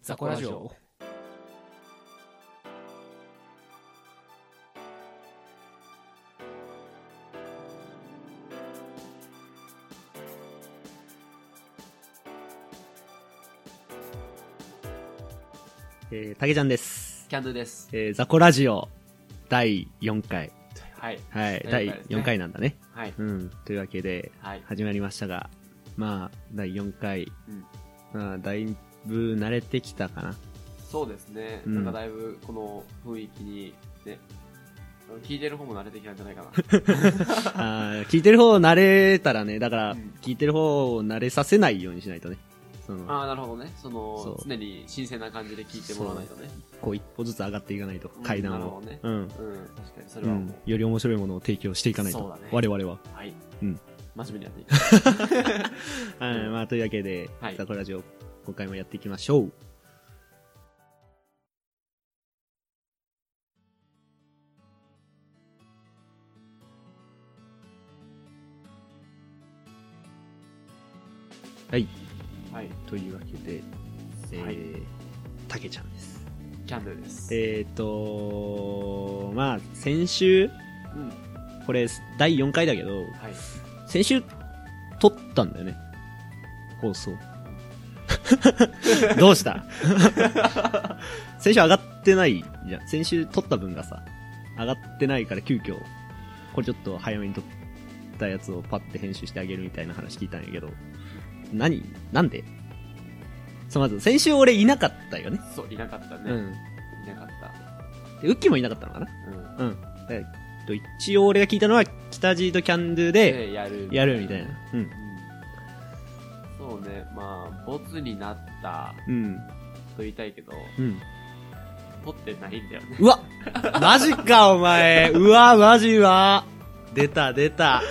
ザコラジオ。えー、たけちゃんです。キャンドゥです。えー、ザコラジオ第4回。はい。はい、第四回第ですね4回なんだね。はい。うん。というわけで、はい。始まりましたが、まあ、第4回、うんまあ、だいぶ慣れてきたかな。そうですね。うんなんかだいぶこの雰囲気に、ね、聞いてる方も慣れてきたんじゃない かな。あー聞いてる方慣れたらね、だから、うん聞いてる方を慣れさせないようにしないとね。その、ああ、なるほどね。その、そう常に新鮮な感じで聞いてもらわないとね。こう一歩ずつ上がっていかないと、階な段るをほ。どね。うん。うん、確かに。そうれはもん、より面白いものを提供していかないと、そうだね我々は。う、はい。うん真面目にやっていく。はい、うんまあ、というわけで、はいザコラジオ、今回もやっていきましょう。はい、はい。というわけで、えはいー、たけちゃんです。キャンドゥです。えっ、ー、とまあ、先週、うん。はこれ、第4回だけど、い。先週、撮ったんだよね。放 送。どうした先週上がってないじゃん。先週撮った分がさ、上がってないから急遽、これちょっと早めに撮ったやつをパッて編集してあげるみたいな話聞いたんやけど、何なんでそう、まず、先週俺いなかったよね。そう、いなかったね。うん。いなかった。で、ウッキーもいなかったのかなうん。うん。でと一応俺が聞いたのは、北地とキャンドゥで、で、やる。やるみたいな。うん。うん。そうね。まあ、ボツになったうん。と言いたいけど、うん。撮ってないんだよね。うわマジかお前うわマジは出た出た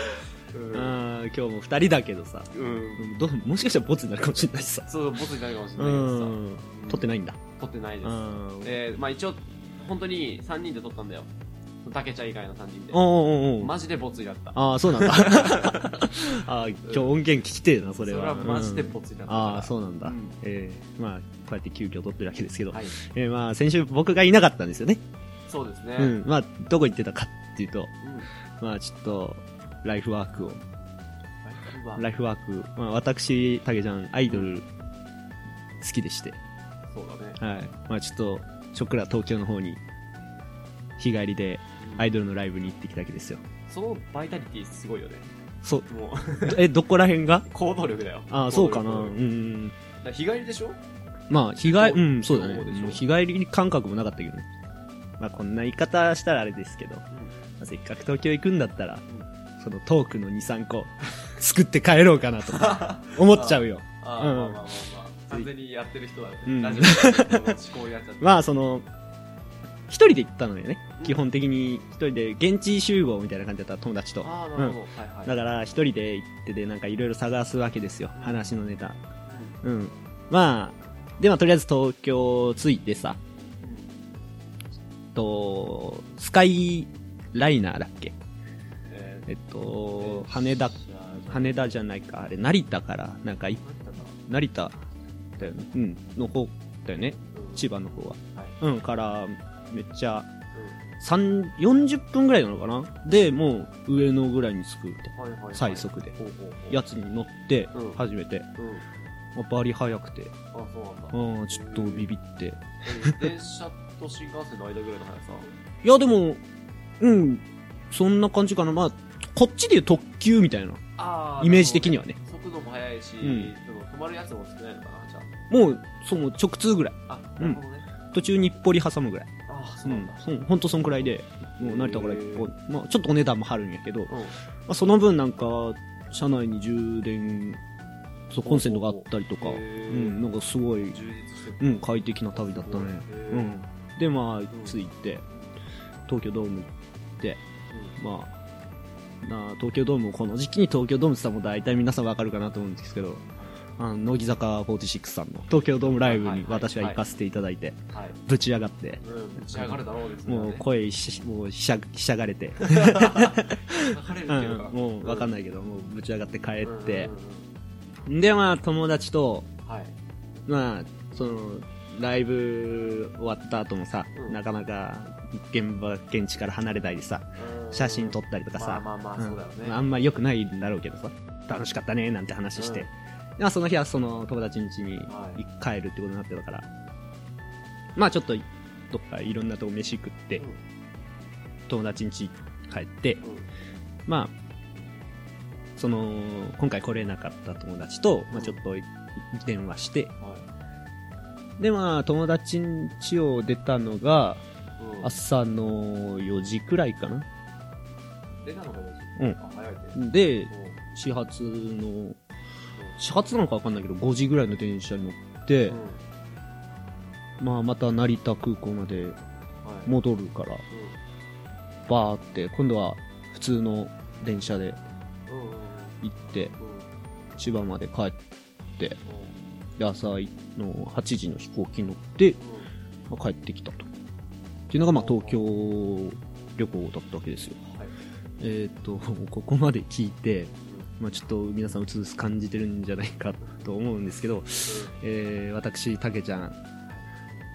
ううん。今日も二人だけどさうん。どうもしかしたらボツになるかもしれないしさそう、ボツになるかもしれうないけどさ。ん撮ってないんだ撮ってないでうす。んおーえー、まあ一応、本当に3人で撮ったんだよ。たけちゃん以外の3人で。おーおーマジでボツになった。ああそう なんだあー今日音源聞きてえなそれはマジでうんボツになったから。ああそうなんだ、うんえーまあこうやって急遽撮ってるわけですけど、はい。えーまあ先週僕がいなかったんですよね、そうですね。ううん。んまあどこ行ってたかっていうとまあちょっとライフワークをラライイフワーク、まあ、私、たけちゃん、アイドル、好きでして、フはそうだね。はい。まあ、ちょっと、ショックラ東京の方に、日帰りで、アイドドルのライブに行ってきたわけですよ。そのバイタリティすごいよね。そう、もう、 え、どこら辺が行動力だよ。ああ、そ行うか動力な。うんうん。だから日帰りでしょまあ、日帰そううん、そうだね。そうでしょもう日帰り感覚もなかったけどね。まあ、こんな言い方したらあれですけど、まあせっかく東京行くんだったら、そのトークの2、3個、作って帰ろうかなとか、思っちゃうよ。 ああ、うんまあまあまあまあ。完全にやってる人だね。うんラジオの思考になっちゃって。 まあその、一人で行ったのよねう。ん基本的に一人で、現地集合みたいな感じだった友達と。ああ、なうるんほど。はいはい。だから一人で行ってで、なんかいろいろ探すわけですよう。ん話のネタ。うんうん。まあ、で、まあとりあえず東京着いてさ、と、スカイライナーだっけええっとー、羽田、じゃあ羽田じゃないか、あれ、成田から、なんかい、成田だよね。うん、の方だよね。うん千葉の方は。はいうん、から、めっちゃ、三40分ぐらいなのかなで、もう上野ぐらいに着くみたういなんはいはいはい最速でほうほうほうやつに乗ってうん、初めて、うんまあバリ早くて、あそうなんだうん、ちょっとビビって。え電車と新幹線の間ぐらいの 速さいや、でも、うん、そんな感じかな。まあ、こっちで言う特急みたいな、あイメージ的にははね。速度も速いし、んでも止まるやつも少ないのかなじゃもう、その直通ぐらい。ああなるほどね、途中日暮里挟むぐらい。ああそううなんんだ、、そうほんとそんくらいで、もう成田から行こへう。まあ、ちょっとお値段も張るんやけど、まうんあ、その分なんか、車内に充電、そうコンセントがあったりとか、へうーん、なんかすごい充実してるうん、快適な旅だったね。へーうん。で、まあ、ん着いて、東京ドーム行って、まあ、なあ東京ドーム、この時期に東京ドームって言ったらもう大体皆さんわかるかなと思うんですけど、あの、乃木坂46さんの東京ドームライブはいにはいはい私は行かせていただいて、うんはいぶち上がって、うん仕上がるだろうですねもう声ひし、もうひしゃ、ひしゃがれて、流れるっうていうんか、もうわかんないけど、もうぶち上がって帰えって、で、まあ、友達と、はいまあ、その、ライブ終わった後もさ、うんなかなか現場、現地から離れたりさ、写真撮ったりとかまあさ、まあまあ、うんそうだよね。あんまり良くないんだろうけどさ、楽しかったね、なんて話して。まあその日はその友達ん家にはい帰るってことになってたから、まあちょっと、どっかいろんなとこ飯食って、うん友達ん家帰って、うんまあ、その、今回来れなかった友達と、まあちょっと電話して、はで、まあ、友達ん家を出たのが、いうん朝の4時くらいかな。出たのかよ、うんあ早いね。で、始発の、始発なのかわかんないけど、5時ぐらいの電車に乗って、うんうんまあ、また成田空港まではい戻るから、バーって、今度は普通の電車でうんうんうんうん行って、うん千葉まで帰って、うんで、朝の8時の飛行機に乗って、まあ帰ってきたと。っていうのが、まあ、東京旅行だったわけですよ。はいえっ、と、 ここまで聞いて、まあ、ちょっと皆さんうつうつ感じてるんじゃないかと思うんですけど、えー私、たけちゃん、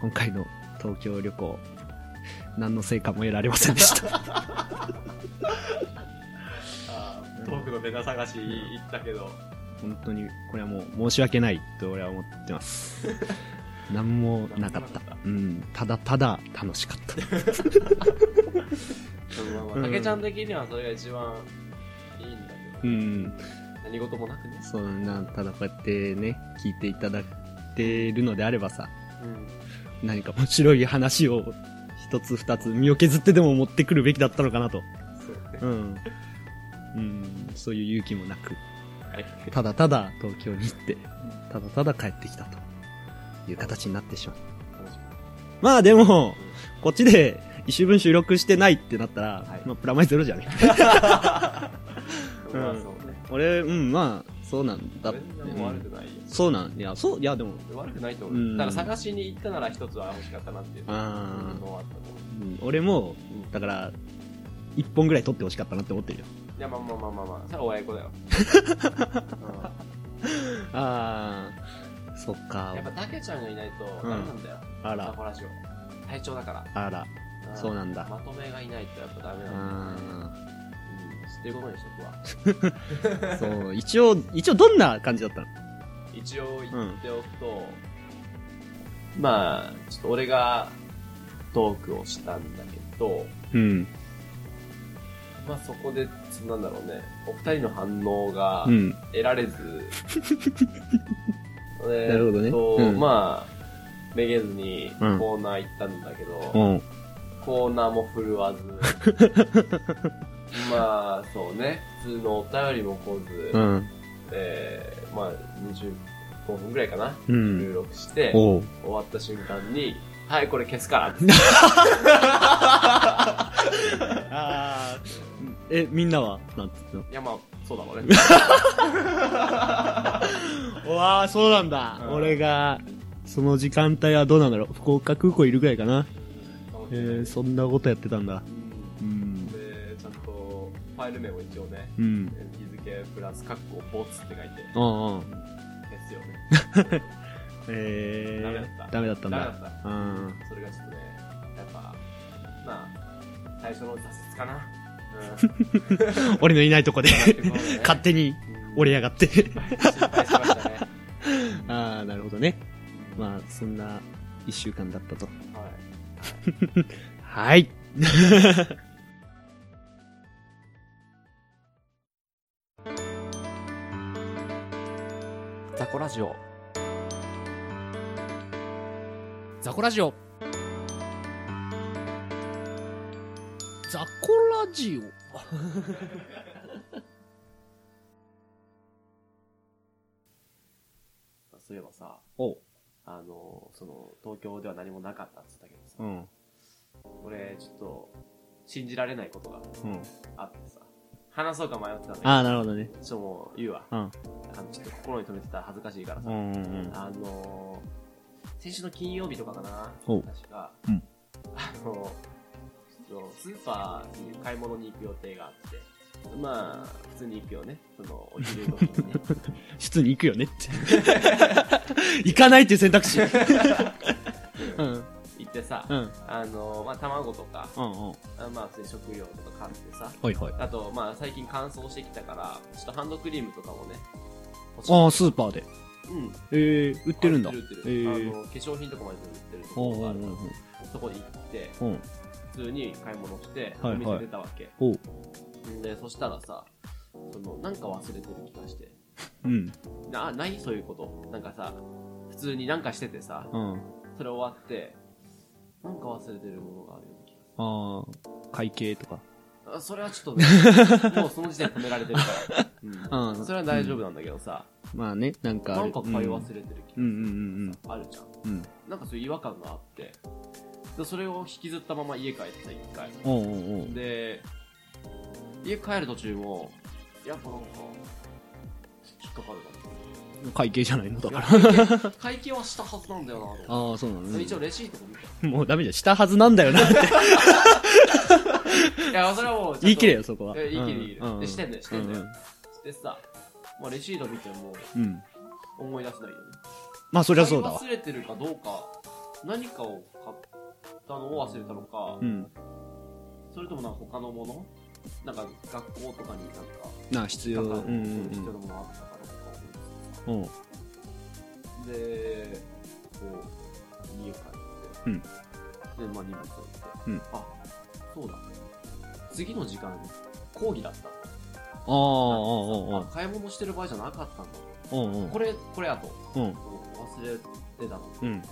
今回の東京旅行、何の成果も得られませんでした。あーうんトークのネタ探し行ったけど、本当に、これはもう申し訳ないと俺は思ってます。何もなかった。うん、ただただ楽しかった。まあまあ竹ちゃん的にはそれが一番いいんだうけど、ん、何事もなくね。そんな、ただこうやってね、聞いていただいてるのであればさ、うん何か面白い話を一つ二つ身を削ってでも持ってくるべきだったのかなと。そうねうん。うん、そういう勇気もなく、はいただただ東京に行って、ただただ帰ってきたという形になってしまう。楽しまあでも、みこっちで一週分収録してないってなったら、はいまあプラマイゼロじ ゃねうんまあそうね。俺、うん、まあ、そうなんだって。全然もう悪くないよ。そうなん、いや、そう、いやでも、悪くないとう思んう。だから探しに行ったなら一つは欲しかったなっていうのあーはあったと思う。うん俺も、だから、一本ぐらい撮ってほしかったなって思ってるよ。いや、まあまあまあまあまあ、それは親子だ よ。うんああ、そっかやっ。ぱ、たけちゃんがいないと、うんダメなんだよ。あタら、コラジオ。体調だから。あら、そうなんだまとめがいないとやっぱダメなんだよね。うあん。知ってることにしとくわ。ーそう、一応、一応どんな感じだったの一応言っておくと、まあ、ちょっと俺がトークをしたんだけど、うん、まあそこで、なんだろうね、お二人の反応がうん。得られず、 えーっとなるほどねうんまあ、めげずにうんコーナー行ったんだけど、うん。コーナーも振るわ ず、まあそうね、普通のお便りも来ず、うん。えー、まあ25分ぐらいかな、う収ん。録して、終おう。わった瞬間に、はい、これ消すからっ て。あえ、みんなはなんつったのいやまあ、そうだろうね。うわあ、そうなんだうん俺が、その時間帯はどうなんだろう福岡空港いるぐらいかなえー、そんなことやってたんだ。うんうん。で、ちゃんと、ファイル名も一応ね、うん。日付プラス、カッコ、ボツって書いて、うんうん。消すよね。えダメだっー、たダメだったんダメだだ。った。うん。それがちょっとね、やっぱ、まあ、最初の挫折かな。俺のいない とこでうん。勝手に折れやがって。心配しましたね。ああ、なるほどね。 まあ、そんな一週間だったと。あ、はい。 はい。ザコラジオ。ザコラジオ。ザコラジオ。そういえばさ、おう。あの、その、東京では何もなかったって言ったけどさ、うん。俺、ちょっと、信じられないことがうん。あってさ、話そうか迷ってたんだけど、ああ、なるほどね。ちょっともう言うわ。うん。あの、ちょっと心に留めてたら恥ずかしいからさ、うんうんうん。あのー、先週の金曜日とかかな、おう確か、うんあのー、そうスーパーに買い物に行く予定があって、まあ、普通に行くよね、その、お昼時にね。 普通に行くよねって。行かないっていう選択肢。 さ、うん。あの、まあ、卵とか、うんうん。あまあ、普通に食料とか買ってさ、はいはい。あと、まあ、最近乾燥してきたから、ちょっとハンドクリームとかもね、欲しいああ、スーパーで。うん。えー、売ってるんだ。売ってる売ってえる。ーあの、化粧品とかまで売ってるとおこうろがおあうるかおうら、そこに行って、おううん。普通に買い物して、はいはいお店出たわけ。おう。で、そしたらさ、その、なんか忘れてる気がして。うん。な、ないそういうこと。なんかさ、普通になんかしててさ、うん。それ終わって、なんか忘れてるものがあるような気がすああ、会計とか。る。あそれはちょっと ね、もうその時点で止められてるから。ううんん。それは大丈夫なんだけどさ、まあね、なんかある。なんか買い忘れてる気うがんうんうんあるじゃん。うん。うん。なんかそういう違和感があって、でそれを引きずったまま家帰ってた、一回。おうおうおう。で、家帰る途中も、やっぱなんか、引っかかるな会計じゃないのだから。会計はしたはずなんだよなと思ってああ、そうなの、ね、一応レシートも見た。もうダメじゃん。したはずなんだよ なって。いや、それはもうちゃんと、言い切れよ、そこは。え言い切れ言い切れうんでしてんだよしてんだようんでさ、まあ、レシート見てもうん。うん思い出せないよね。まあ、そりゃそうだわ買。い忘れてるかどうか、何かを買ったのを忘れたのか、うん。それともなんか他のものなんか学校とかになんか、なあ、必な要。んうんかうん必要なものあったからとか思うんですようん。うん。で、こう、家帰って、うんで、まあ荷物置いて、うんあ、そうだ、次の時間、講義だった。ああ、ああ買い物してる場合じゃなかったんだ。あ、ああ、うんうんこれ、これやと、うん。忘れてたの。うん。で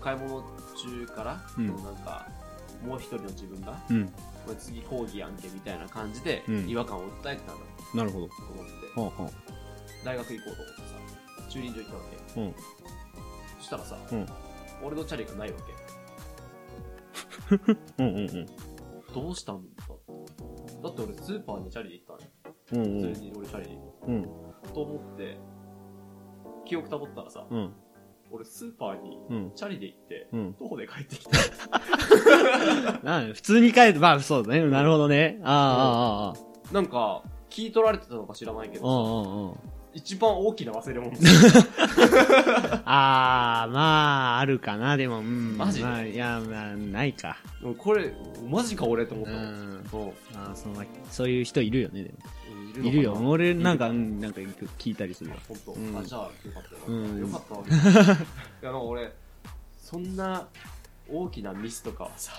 買い物中から、うんそのなんか、もう一人の自分が、うん。これ次講義やんけみたいな感じでうん、違和感を訴えてたんだなるほど。と思って、はあは大学行こうと思ってさ、駐輪場行ったわけ。あ。うん。そしたらさ、うん俺のチャリがないわけ。うんうんどうしたんだだって俺スーパーにチャリで行ったのうん。うよ。ん普通に俺チャリで行うん。くと思って、記憶たどったらさ、うん。俺スーパーにうん。チャリで行って、うん。徒歩で帰ってきた。な普通に帰って、まあそうだね。なるほどね。ああ、ああ、あなんか、聞い取られてたのか知らないけあ。あど、あ、ああ。一番大きな忘れ物。 あー、まあ、あるかな、でも、うん。マジまあ、いや、まあ、ないか。うんこれ、マジか俺と思っうたの。ん。そまあ、その、そういう人いるよね、でも。ういるよ。俺、なんか、ううんん、なんか聞いたりするわ。本当、うんあ、じゃあ、よかったよ。うんよかった わ。いや、なんか俺、そんな大きなミスとかは さ、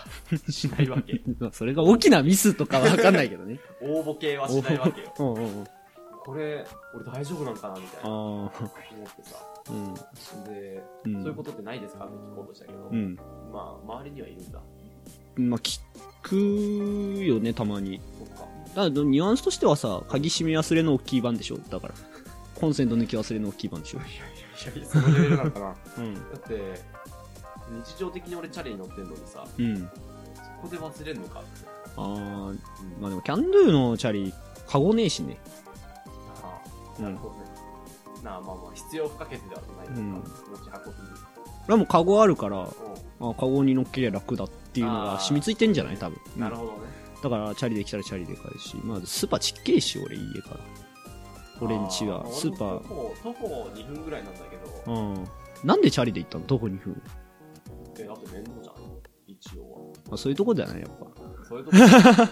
しないわけ。まあそれが大きなミスとかはわかんないけどね。応募系はしないわけよ。うんうんうん。これ俺大丈夫なんかなみたいな思ああ、ってさうん。で、うんそういうことってないですかって聞こうとしたけど、うん。まあ周りにはいるんだまあ、聞くよね、たまに。そっかだからニュアンスとしてはさ、鍵閉め忘れの大きい版でしょだから。コンセント抜き忘れの大きい版でしょいやいやいやそのレベルなのかな だうん。って日常的に俺チャリに乗ってんのにさうん。そこで忘れんのかってああ、まあでも、キャンドゥのチャリ、カゴねえしね。ああうんなるほどね、なあまあまあ必要不可欠ではないとか、うん持ち運びに俺はもうカゴあるから、うあカゴに乗っけりゃ楽だっていうのあがー染みついてんじゃない多分。んなるほどね、だから、チャリできたらチャリで買うし、まあ、スーパーちっけえし、俺、家から。俺んちあは、ースーパ俺も徒歩徒歩2分ぐらいなんだけど、ー。うん。なんでチャリで行ったのどこに分、えだって面倒じゃん一 応まあ、そういうとこだよね、やっぱ。はそういうとこ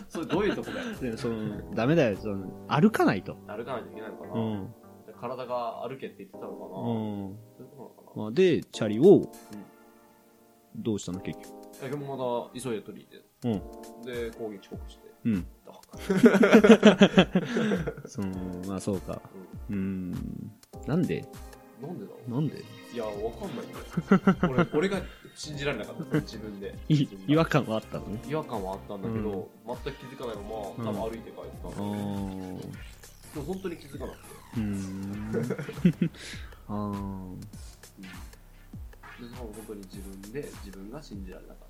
それどういうとこだよでその、ダメだよ、その、歩かないと。歩かないといけないのかな、うん。体が歩けって言ってたのかな、うん。そういうことなのかまあ、で、チャリを、どうしたの、結局。な、えでもまだ急いで取りう入れて、で講義遅刻してうん。だかその、まあ、そうか。ら、うーん。なんでうん、なんでだろなんでういやわかんないんだよ 俺俺が信じられなかった自分でい違和感感はあったのね。違和感はあったんだけど、全く気づかないまま多分歩いて帰ったんだけど、あー。でも本当に気づかなくて、うー ん。あー。うん、でその本当に自分で自分が信じられなかっ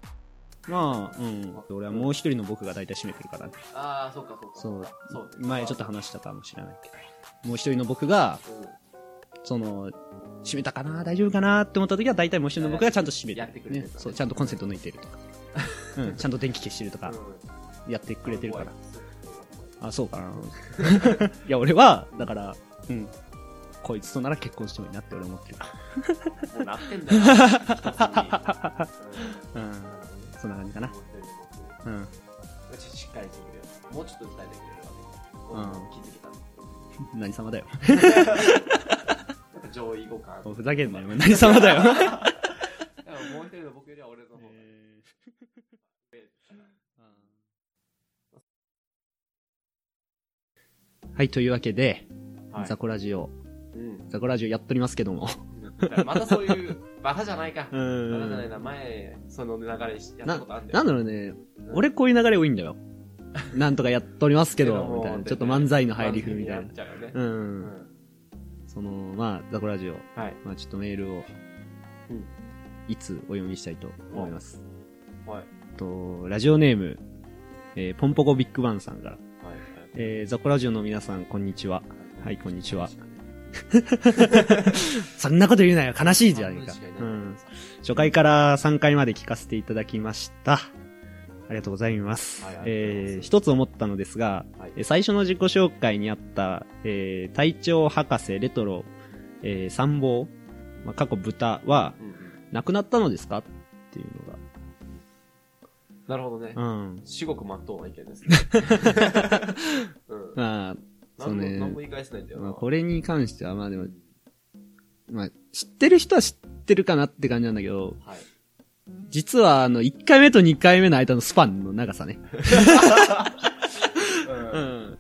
まあ、うん。俺はもう一人の僕が大体占めてるからね。たああそっかそっかそうかそう前ちょっと話したかもしれないけど。もう一人の僕が、うその、閉めたかな大丈夫かなって思った時は、大体もう一人の僕がちゃんと閉めてやってくれてるからねそう、ちゃんとコンセント抜いて るとか。うん、ちゃんと電気消してるとかん、やってくれてるから。らあ、そうかな いや、俺は、だから、うん。こいつとなら結婚してもいいなって俺は思ってるかもうなってんだよ一つにら。ううん。んちょっと伝えてくれるうわんけ、気づけたんですけど何様だよ。なんか上位互換ふざけんなよ。何様だよ。だからもう一人の僕よりは俺の方が、 はい、というわけで、はいザコラジオ、うんザコラジオやっとりますけども。だからまたそういうバカじゃないかうバカじゃないん。な前その流れしやったなことあるんだよなんだろうね、俺こういう流れ多いんだよ。なんとかやっとりますけ ど、みたいな。ちょっと漫才の入り風みたいな。な。う。うんん。その、まあ、ザコラジオ、はい。まあ、ちょっとメールをうん、いつお読みしたいと思います。はい。と、ラジオネーム、えーポンポコビッグバンさんから。はい。えー、ザコラジオの皆さん、こんにちは。はい、こんにちは。そんなこと言うなよ、悲しいじゃないか。うん。初回から3回まで聞かせていただきました。ありがとうございます。はいありがとうございますえー、一つ思ったのですが、はいえー最初の自己紹介にあった、えー、隊長博士、レトロ、えー、参謀、まあ、過去豚は、うんうん亡くなったのですかっていうのなるほどね。が。うん。至極真っ当な意見ですね。うん。ま何あ、もそうね何も言い返せないんだよまあ、な。これに関しては、まあでも、まあ、知ってる人は知ってるかなって感じなんだけど、はい。実は、あの、1回目と2回目の間のスパンの長さね。ううんん。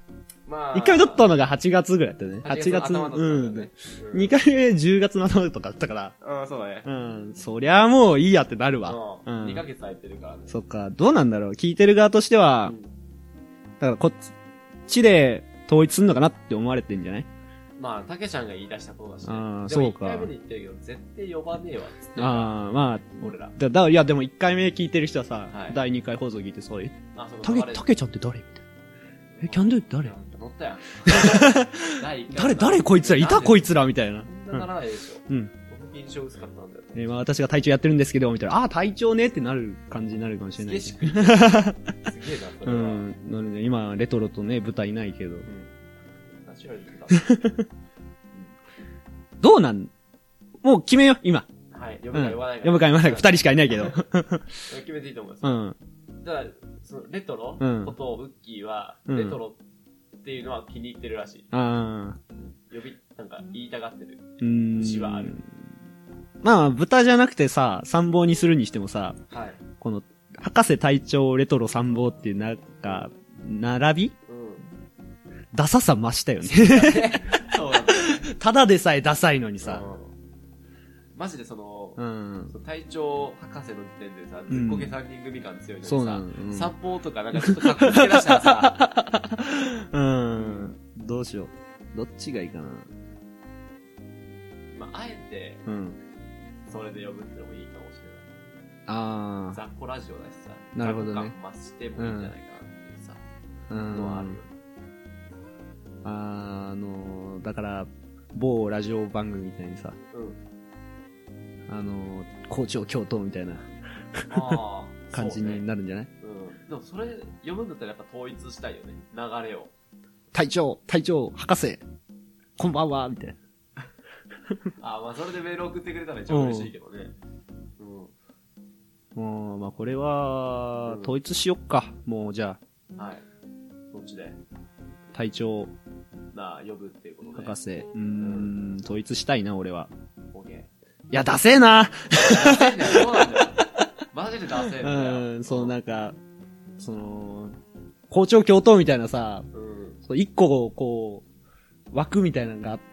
まあ。 1回目撮ったのが8月ぐらいだったよね。8 8月月のの頭だったうんん。だよね。うん2回目10月の頭とかだったから、うん、そうだね。うん。そりゃもういいやってなるわ。ううんん。2ヶ月空いてるからね。そっか、どうなんだろう。聞いてる側としてはう、んだからこっちで統一すんのかなって思われてんじゃないまあ、たけちゃんが言い出したことだしね。あーでもそうか1回目に言ってるけど、絶対呼ばねえわっつって。ああ、まあ、俺ら。だ、だ、いや、でも1回目聞いてる人はさ、はい第2回放送聞いてそういう。あ、そうたけ、たけちゃんって誰みたいな。え、キャンドゥ誰乗ったやん。第一回誰、誰こいつらいたこいつらみたいな。そんなならないでしょ。うん。僕印象薄かったんだよね。えーまあ私が隊長やってるんですけど、みたいな。ああ、隊長ねってなる感じになるかもしすれなげえい。しっくりきた。すげえな、それうは。ん。なので、今、レトロとね、舞台いないけど。うんナチュラルだっ どうなんもう決めよう、今。たはい。う読ん。むか言わないか。読むか読まないか。人。二人しかいない けど。決めていいと思いますう。ん。ただ、その、レトロうんことウッキーは、うんレトロっていうのは気に入ってるらしい。ああ。呼び、なんか、言いたがってる。うーん。牛はあるまあ、豚じゃなくてさ、参謀にするにしてもさ、はい。この、博士隊長レトロ参謀っていう、なんか、並びうん。ダサさ増したよね。そうなんだよ ただでさえダサいのにさ。うんマジでその、うん。その隊長博士の時点でさ、ずっこけ3人組感強いのにさ、そうなのうん散歩とかなんかちょっとかっこつけ出したら さ、うん。どうしよう。どっちがいいかな。まあ、あえうん。て、それで呼ぶってのもいいかもしれない。あ雑魚ラジオだしさ、なるほどね雑魚感増してもいいんじゃないかなっていうさ、あ。うのはあるよん。。あの、だから、某ラジオ番組みたいにさ、うん。あの、校長教頭みたいな ああ、感じそうにねなるんじゃない、うん。でもそれ、呼ぶんだったらやっぱ統一したいよね。流 れを。隊長、隊長、博士、こんばんは、みたいな。ああ、まあそれでメール送ってくれたら一番嬉しいけどね。うもう、まあ、これはう、ん統一しよっか。もう、じゃあ、ん。はい。そっちで、隊長、なあ、呼ぶっていうことで。博士。うーん、統一したいな、俺は。オッケー。いや、ダセえなダセえんだよそうなんだよ。マジでダセえんうだよ。ん、そう、なんか、その、校長教頭みたいなさ、うん。そう一個、こう、枠みたいなのがあって、うん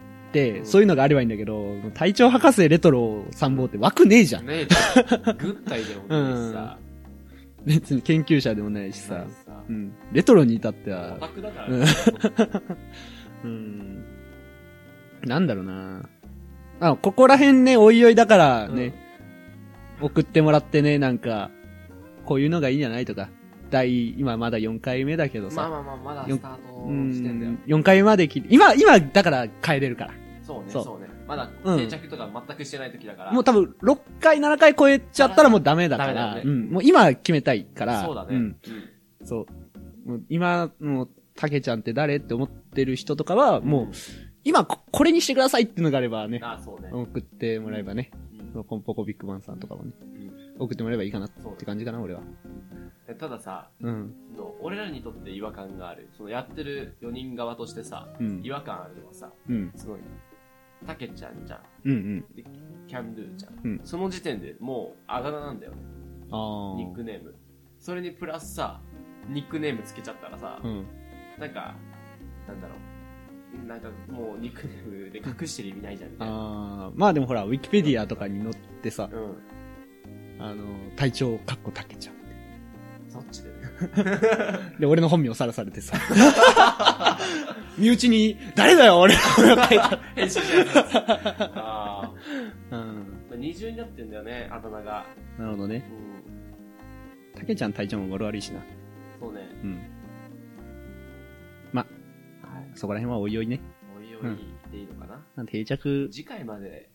そういうのがあればいいんだけど、隊長博士レトロ参謀って枠ねえじゃん。ねえじゃん。軍隊でもねえしさ。別に研究者でもないしさない。しさうん。レトロに至ってオタは、クだからうねん。うん。なんだろうなあ、ここら辺ね、おいおいだからね、送ってもらってね、なんか、こういうのがいいんじゃないとか、第、今まだ4回目だけどうん。まさ、あまあまあ、まだスターうトしてんだよん、。4回目まで聞いて、今、今、だから変えれるから。そうね、そうそうね。まだうん定着とか全くしてない時だから。もう多分、6回、7回超えちゃったらもうダメだかダメら、だようねん、もう今決めたいから、、そうだね。うんん。そう。もう今、もう、たけちゃんって誰って思ってる人とかは、もう、うん今こ、これにしてくださいっていうのがあればね、ああ、そうね。送ってもらえばね、うんコンポコビッグマンさんとかもね、うん送ってもらえばいいかなっそうて感じかな、俺は。えたださ、うん。その俺らにとって違和感がある。そのやってる4人側としてさ、うん違。和感あるのはさ、うん。その、たけちゃんじゃん。うんうん。で、キャンドゥちゃん,、うんその時点でもうあだ名なんだよね。あニックネーム。それにプラスさ、ニックネームつけちゃったらさ、うん。なんか、なんだろう。なんかもうニックネームで隠してる意味ないじゃんみたいな。ああ、まあでもほら、ウィキペディアとかに載ってさ、うん。あの、隊長、かっこたけちゃん。そっちでね。で、俺の本名さらされてさ。 身内に、誰だよ、俺編集者です。 あうん。あ。二重になってんだよね、あだ名が。なるほどうね。ん。たけちゃん隊長も悪悪いしな。そうね。うん。はい。そこら辺はおいおいね。おいおいでいいのかな、なん定着次回まで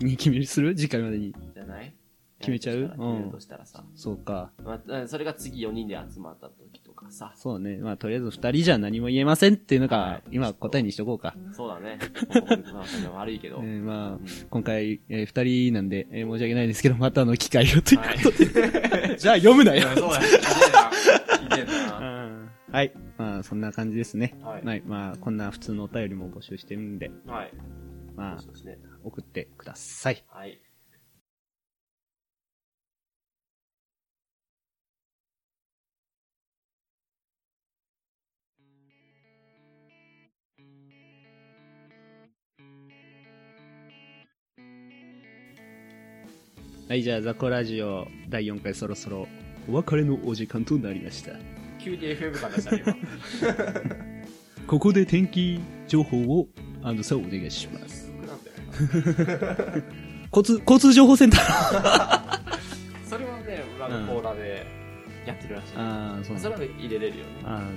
に決めるする次回までに。じゃない決めちゃうやるとしたらうん決めるとしたらさ。そうか。まあ、それが次4人で集まった時とかさ。そうね。まあ、とりあえず二人じゃ何も言えませんっていうのはがい、今答えにしとこうか。そうだ ね。まあ、それは悪いけえど。ーうまんあ、今回、えー二人なんで、えー申し訳ないですけど、またの機会をということで。 じゃあ読むなよ。そうだね。いけんな。はい。まあ、そんな感じですね。はい。はい。まあ、こんな普通のお便りも募集してるんで、はい。まあそう、ですね。送ってください。はい。はい、じゃあ、ザコラジオ第4回そろそろお別れのお時間となりました。急に FM 感出したね、今。ここで天気情報を、アンドさんお願いします。すごくなんだよな。交通、交通情報センターそれはね、裏のコーナーでやってるらしい。ああ、そうそだ。れは入れれるよね。あ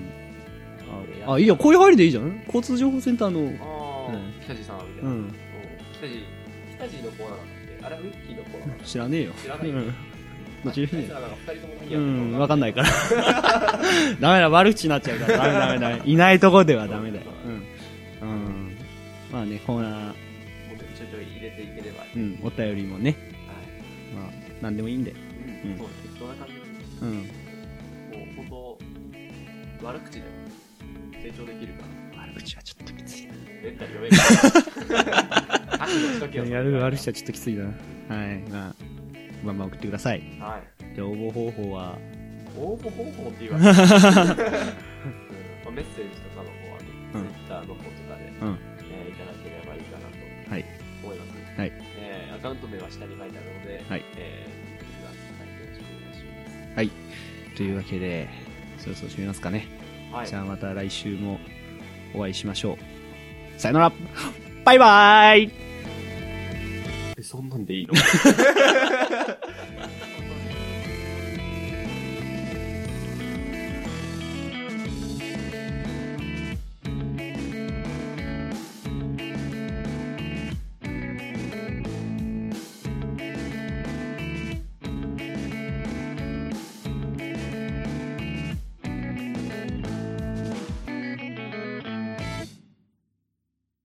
ーああ、いいよ、こういう入りでいいじゃん交通情報センターの、あうんあ、北地さんみたいうな。ん、北地、北地のコーナーなんだっけあれはウッキーのコーナー知らねえよ。知らないうん。どっちでもいい北地よさんなんか二人とも何うやってるん、わかんないから。 ダメだ、悪口になっちゃうから。ダメダメ ダメ。いないとこではダメだよ。うん。うん。まあね、コーナー、もうちょいちょい入れていければ。はい。うん、お便りもね、まあ、なんでもいいんで。うんうんそう、適当な感じうん。で。もう、本当悪口でも成長できるから。悪口はちょっときついレンタル読めるか ら。悪口しとけよ。な。やる悪口はちょっときついな。はい。まあ、まあまあ送ってください。はい。じゃあ応募方法は、 応募方法って言われて、うんまあ、メッセージとかの方はね、ツうイんッターの方とかで、うんえーいただければいいかなとはい。思います。はいえーアカウント名は下に書いてあるので、はいえー、見てください。よろしくお願いしというわけで、そろそろ締めますかね。ます。じはゃい。あまた来週もお会いしましょう。さよな らバイバーイえそんなんでいいの